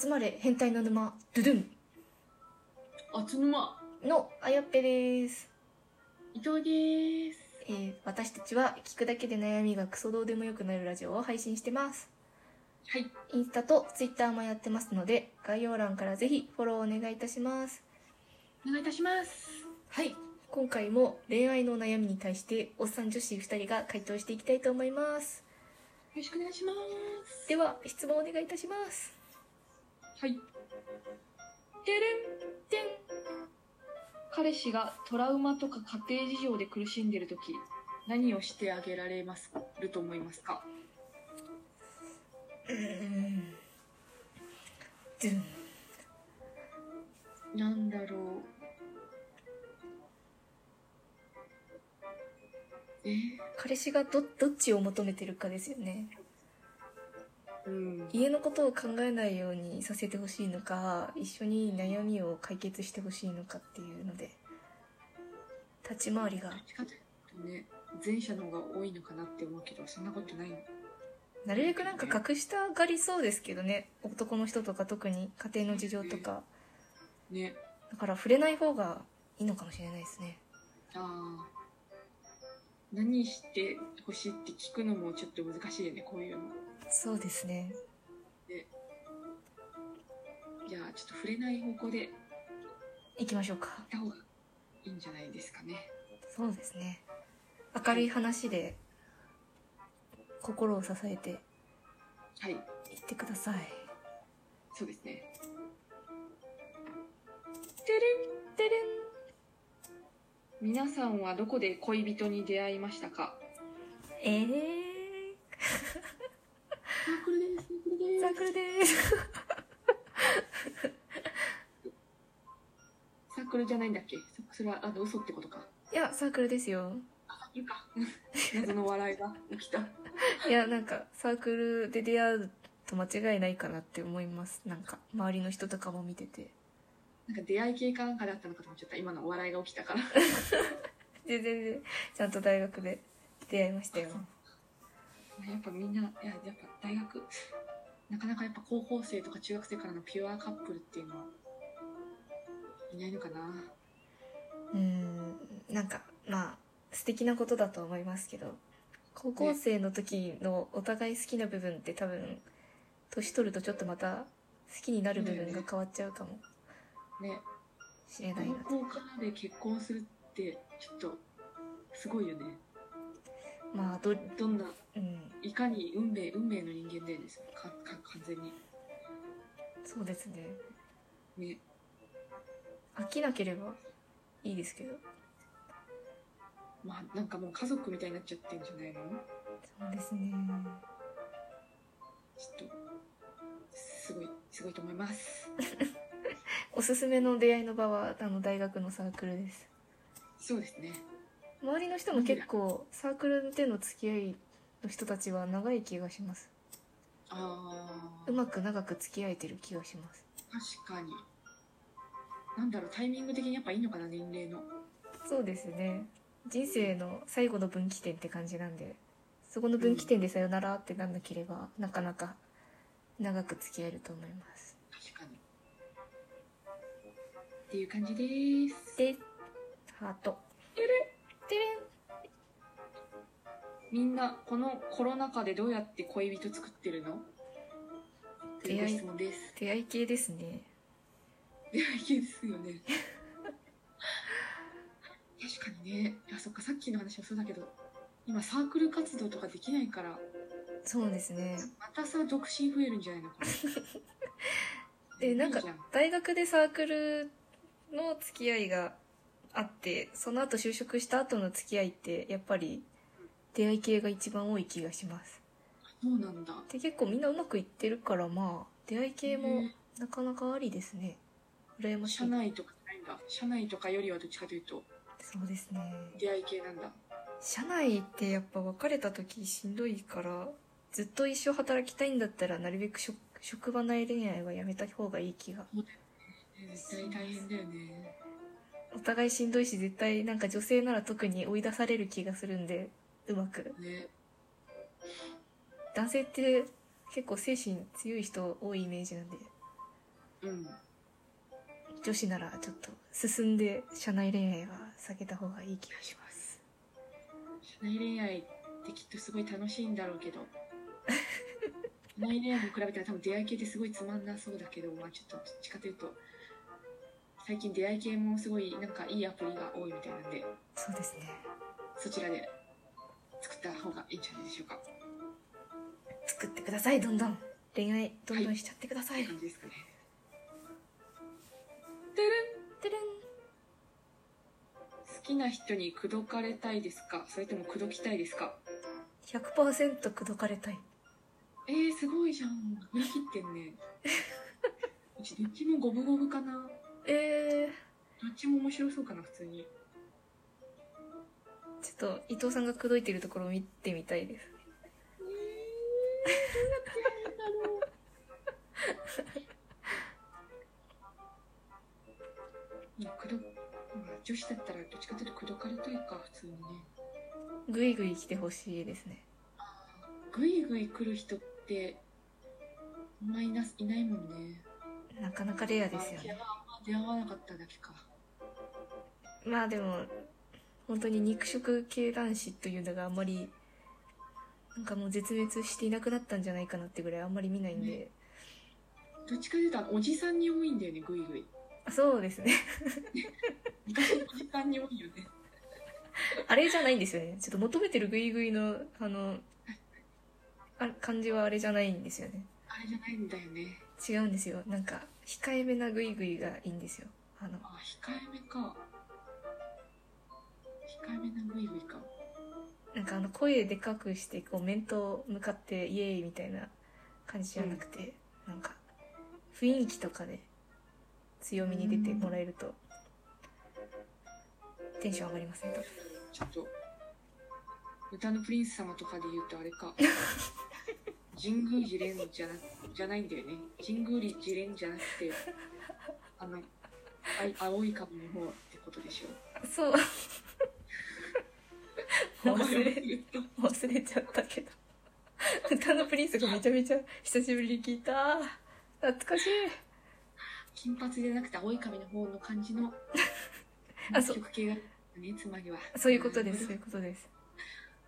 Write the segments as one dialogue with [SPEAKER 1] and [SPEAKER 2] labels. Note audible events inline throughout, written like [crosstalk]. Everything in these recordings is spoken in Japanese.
[SPEAKER 1] 集まれ変態の沼ドゥドゥ
[SPEAKER 2] あつぬま
[SPEAKER 1] ンのあやっぺです、
[SPEAKER 2] 伊藤です
[SPEAKER 1] えー私たちは聞くだけで悩みがクソどうでもよくなるラジオを配信してます
[SPEAKER 2] はい
[SPEAKER 1] インスタとツイッターもやってますので概要欄からぜひフォローお願いいたします
[SPEAKER 2] お願いいたします
[SPEAKER 1] はい今回も恋愛の悩みに対しておっさん女子2人が回答していきたいと思います
[SPEAKER 2] よろしくお願いします
[SPEAKER 1] では質問お願いいたします
[SPEAKER 2] はいてれんてん彼氏がトラウマとか家庭事情で苦しんでる時何をしてあげられますると思いますか
[SPEAKER 1] うーんドゥン
[SPEAKER 2] なんだろうえ
[SPEAKER 1] 彼氏がどどっちを求めてるかですよね
[SPEAKER 2] うん
[SPEAKER 1] 家のことを考えないようにさせてほしいのか一緒に悩みを解決してほしいのかっていうので立ち回りが
[SPEAKER 2] どっちかというとね前者の方が多いのかなって思うけどそんなことないの
[SPEAKER 1] なるべくなんか隠したがりそうですけどね男の人とか特に家庭の事情とか
[SPEAKER 2] ね
[SPEAKER 1] だから触れない方がいいのかもしれないですね
[SPEAKER 2] ああ何してほしいって聞くのもちょっと難しいよねこういうの
[SPEAKER 1] そうですね
[SPEAKER 2] じゃあちょっと触れない方向で行っ
[SPEAKER 1] 行きましょうか
[SPEAKER 2] た方がいいんじゃないですかね
[SPEAKER 1] そうですね明るい話で心を支えていっ
[SPEAKER 2] はい
[SPEAKER 1] てください
[SPEAKER 2] そうですね
[SPEAKER 1] てれんてれん
[SPEAKER 2] 皆さんはどこで恋人に出会いましたか
[SPEAKER 1] えー、
[SPEAKER 2] サークルですサークル
[SPEAKER 1] サークルです
[SPEAKER 2] サークルじゃないんだっけそそれはあの嘘ってことか
[SPEAKER 1] いやサークルですよ
[SPEAKER 2] あいるか [laughs] 謎の笑いが起きた
[SPEAKER 1] いやなんかサークルで出会うと間違いないかなって思いますなんか周りの人とかも見てて
[SPEAKER 2] なんか出会い系かなんかだったのかと思っちゃった今のお笑いが起きたから
[SPEAKER 1] で全然ちゃんと大学で出会いましたよ
[SPEAKER 2] やっぱみんないややっぱ大学なかなかやっぱ高校生とか中学生からのピュアカップルっていうのはいないのかな
[SPEAKER 1] うーんなんかまあ素敵なことだと思いますけど高校生の時のお互い好きな部分って多分年取るとちょっとまた好きになる部分が変わっちゃうかも
[SPEAKER 2] ね
[SPEAKER 1] しれないな
[SPEAKER 2] 高校からで結婚するってちょっとすごいよね
[SPEAKER 1] まあど
[SPEAKER 2] どんな
[SPEAKER 1] うん
[SPEAKER 2] いかに運命運命の人間だよねそれかか完全に
[SPEAKER 1] そうですね
[SPEAKER 2] ね
[SPEAKER 1] 飽きなければいいですけど
[SPEAKER 2] まあなんかもう家族みたいになっちゃってんじゃないの
[SPEAKER 1] そうですね
[SPEAKER 2] ちょっとすごいすごいと思います
[SPEAKER 1] おすすめの出会いの場はあの大学のサークルです
[SPEAKER 2] そうですね
[SPEAKER 1] 周りの人も結構サークルでの付き合いの人たちは長い気がします
[SPEAKER 2] ああ
[SPEAKER 1] うまく長く付き合えてる気がします
[SPEAKER 2] 確かになんだろうタイミング的にやっぱいいのかな年齢の
[SPEAKER 1] そうですね人生の最後の分岐点って感じなんでそこの分岐点でさよならってなんなければ、なかなか長く付き合えると思います
[SPEAKER 2] 確かにっていう感じです
[SPEAKER 1] でハート
[SPEAKER 2] てれ
[SPEAKER 1] てれん
[SPEAKER 2] みんなこのコロナ禍でどうやって恋人作ってるのというご質問です
[SPEAKER 1] 出会い系ですね
[SPEAKER 2] 出会い系ですよね確かにねいやそっかさっきの話もそうだけど今サークル活動とかできないから
[SPEAKER 1] そうですね
[SPEAKER 2] またさ独身増えるんじゃないのか
[SPEAKER 1] [laughs]
[SPEAKER 2] な
[SPEAKER 1] でなんか
[SPEAKER 2] いいじゃん
[SPEAKER 1] 大学でサークルの付き合いがあってその後就職した後の付き合いってやっぱり出会い系が一番多い気がします
[SPEAKER 2] そうなんだ
[SPEAKER 1] で結構みんなうまくいってるからまあ出会い系も
[SPEAKER 2] ね
[SPEAKER 1] なかなかありですね羨ましい
[SPEAKER 2] 社内とかじゃないんだ社内とかよりはどっちかというと
[SPEAKER 1] そうですね
[SPEAKER 2] 出会い系なんだ
[SPEAKER 1] 社内ってやっぱ別れた時しんどいからずっと一生働きたいんだったらなるべく職職場内恋愛はやめた方がいい気が
[SPEAKER 2] 絶対大変だよね
[SPEAKER 1] お互いしんどいし絶対なんか女性なら特に追い出される気がするんでうまく
[SPEAKER 2] ね
[SPEAKER 1] 男性って結構精神強い人多いイメージなんで
[SPEAKER 2] うん
[SPEAKER 1] 女子ならちょっと進んで社内恋愛は避けた方がいい気がします
[SPEAKER 2] 社内恋愛ってきっとすごい楽しいんだろうけ [laughs] ど社内恋愛に比べたら多分出会い系ってすごいつまんなそうだけどまあちょっとどっちかというと最近出会い系もすごいなんかいいアプリが多いみたいなんで
[SPEAKER 1] そうですね
[SPEAKER 2] そちらで作った方がいいんじゃないでしょうか
[SPEAKER 1] 作ってくださいどんどん恋愛どんどんしちゃってください、
[SPEAKER 2] いい感じですかねてるん
[SPEAKER 1] てるん
[SPEAKER 2] 好きな人に口説かれたいですかそれとも口説きたいですか
[SPEAKER 1] 100%口説かれたい
[SPEAKER 2] えー、すごいじゃん振り切ってん [laughs] ねうちどっちも五分五分かなど
[SPEAKER 1] え
[SPEAKER 2] っちも面白そうかな普通に
[SPEAKER 1] ー、ちょっと伊藤さんが口説いてるところを見てみたいです
[SPEAKER 2] えー、どうやってやるんだろういや口説まあ女子だったらどっちかというと口説かれたいか普通にね
[SPEAKER 1] ぐいぐい来てほしいですね
[SPEAKER 2] ぐいぐい来る人ってあんまいないないもんね
[SPEAKER 1] なかなかレアですよ
[SPEAKER 2] 出会
[SPEAKER 1] ね
[SPEAKER 2] わ出会わなかっただけか
[SPEAKER 1] まあでも本当に肉食系男子というのがあんまりなんかもう絶滅していなくなったんじゃないかなってぐらいあんまり見ないんで、
[SPEAKER 2] どっちかというとあのおじさんに多いんだよねグイグイ
[SPEAKER 1] あそうですね [laughs]
[SPEAKER 2] 昔のおじさんに多いよね
[SPEAKER 1] あれじゃないんですよねちょっと求めてるグイグイのあのあ感じはあれじゃないんですよね
[SPEAKER 2] あれじゃないんだよね
[SPEAKER 1] 違うんですよなんか控えめなグイグイがいいんですよあの
[SPEAKER 2] あ控えめか控えめなグイグイか
[SPEAKER 1] なんかあの声でかくしてこう面と向かってイエーイみたいな感じじゃなくて、なんか雰囲気とかで強みに出てもらえるとテンション上がりますね多分
[SPEAKER 2] ちょっと歌のプリンス様とかで言うとあ
[SPEAKER 1] [laughs]
[SPEAKER 2] れか神宮寺蓮じゃなじゃないんだよね神宮寺蓮じゃなくてあのあい青い株の方ってことでしょ
[SPEAKER 1] そうもう忘
[SPEAKER 2] 名前
[SPEAKER 1] れ
[SPEAKER 2] 忘た
[SPEAKER 1] 忘れちゃったけど歌のプリンスがめちゃめちゃ久しぶりに聞いた懐かしい
[SPEAKER 2] 金髪じゃなくて青い髪の方の感じの
[SPEAKER 1] あそう
[SPEAKER 2] 色系がねつまりは
[SPEAKER 1] そういうことですそ
[SPEAKER 2] な
[SPEAKER 1] うい
[SPEAKER 2] る
[SPEAKER 1] うことです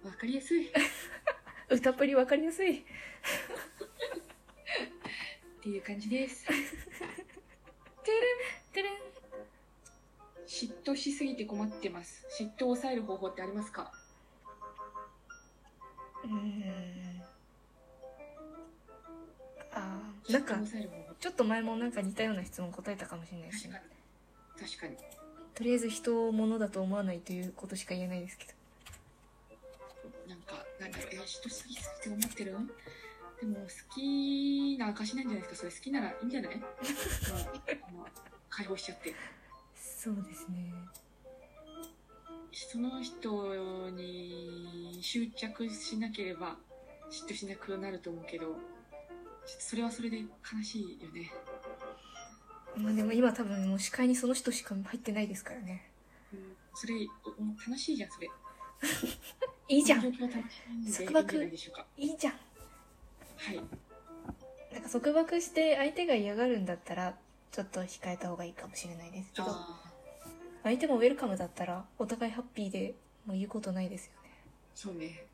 [SPEAKER 2] ほどわかりやすいっ
[SPEAKER 1] 歌プリわかりやすい
[SPEAKER 2] ていう感じです
[SPEAKER 1] てれん
[SPEAKER 2] 嫉妬しすぎて困ってます嫉妬を抑える方法ってありますか
[SPEAKER 1] うーんあー
[SPEAKER 2] 嫉
[SPEAKER 1] なん
[SPEAKER 2] 妬を
[SPEAKER 1] か
[SPEAKER 2] 抑える方法
[SPEAKER 1] ちょっと前もなんか似たような質問答えたかもしれないです
[SPEAKER 2] 確か
[SPEAKER 1] ね
[SPEAKER 2] に確かに
[SPEAKER 1] とりあえず人を物だと思わないということしか言えないですけど
[SPEAKER 2] なんかなんだろうえー嫉妬しすぎすぎて困ってるでも好きな証なんじゃないですかそれ好きならいいんじゃないもうあの解放しちゃって
[SPEAKER 1] そうですね
[SPEAKER 2] その人に執着しなければ嫉妬しなくなると思うけどちょっとそれはそれで悲しいよね
[SPEAKER 1] まあでも今多分もう視界にその人しか入ってないですからね
[SPEAKER 2] うんそれおもう楽しいじゃんそれ
[SPEAKER 1] いいじゃん
[SPEAKER 2] こ
[SPEAKER 1] い
[SPEAKER 2] の状況楽しんでいい
[SPEAKER 1] 束
[SPEAKER 2] んじゃ
[SPEAKER 1] 縛
[SPEAKER 2] ないでしょうか
[SPEAKER 1] いじゃん
[SPEAKER 2] はい
[SPEAKER 1] なんか束縛して相手が嫌がるんだったらちょっと控えた方がいいかもしれないですけど
[SPEAKER 2] あー
[SPEAKER 1] 相手もウェルカムだったらお互いハッピーでもう言うことないですよね
[SPEAKER 2] そうね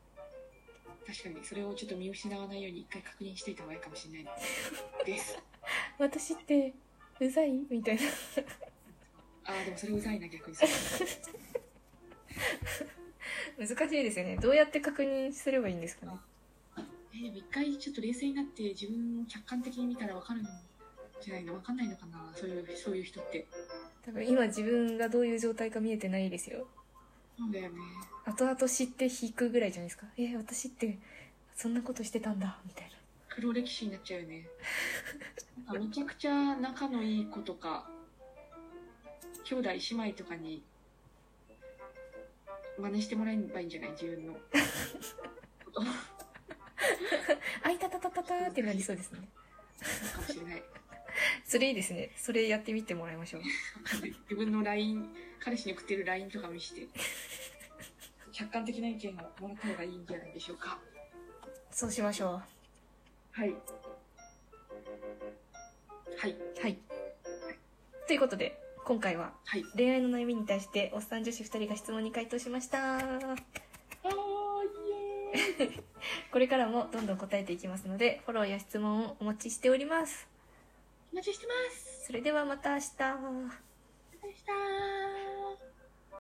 [SPEAKER 2] 確かにそれをちょっと見失わないように一回確認していた方がいいかもしれないです
[SPEAKER 1] 私ってうざいみたいな
[SPEAKER 2] ああでもそれうざいな逆にそれ
[SPEAKER 1] 難しいですよねどうやって確認すればいいんですかね
[SPEAKER 2] えーでも一回ちょっと冷静になって自分を客観的に見たら分かるんじゃないの分かんないのかなそういうそういう人って
[SPEAKER 1] 多分今自分がどういう状態か見えてないですよ
[SPEAKER 2] そうだよね
[SPEAKER 1] 後々知って引くぐらいじゃないですかえー私ってそんなことしてたんだみたい
[SPEAKER 2] 黒歴史になっちゃうよねなんかめちゃくちゃ仲のいい子とか兄弟姉妹とかに真似してもらえばいいんじゃない自分の
[SPEAKER 1] なあいたたたたたーってなりそうですね
[SPEAKER 2] かもしれない
[SPEAKER 1] それいいですねそれやってみてもらいましょう
[SPEAKER 2] 自分の LINE 彼氏に送ってる LINE とか見して客観的な意見をもらった方がいいんじゃないでしょうか
[SPEAKER 1] そうしましょ
[SPEAKER 2] はいはい、
[SPEAKER 1] うはいということで今回は
[SPEAKER 2] はい。
[SPEAKER 1] 恋愛の悩みに対しておっさん女子2人が質問に回答しました
[SPEAKER 2] あー、イエーイ。
[SPEAKER 1] これからもどんどん答えていきますのでフォローや質問をお待ちしております
[SPEAKER 2] お待ちしてます。
[SPEAKER 1] それではまた明日
[SPEAKER 2] また明日。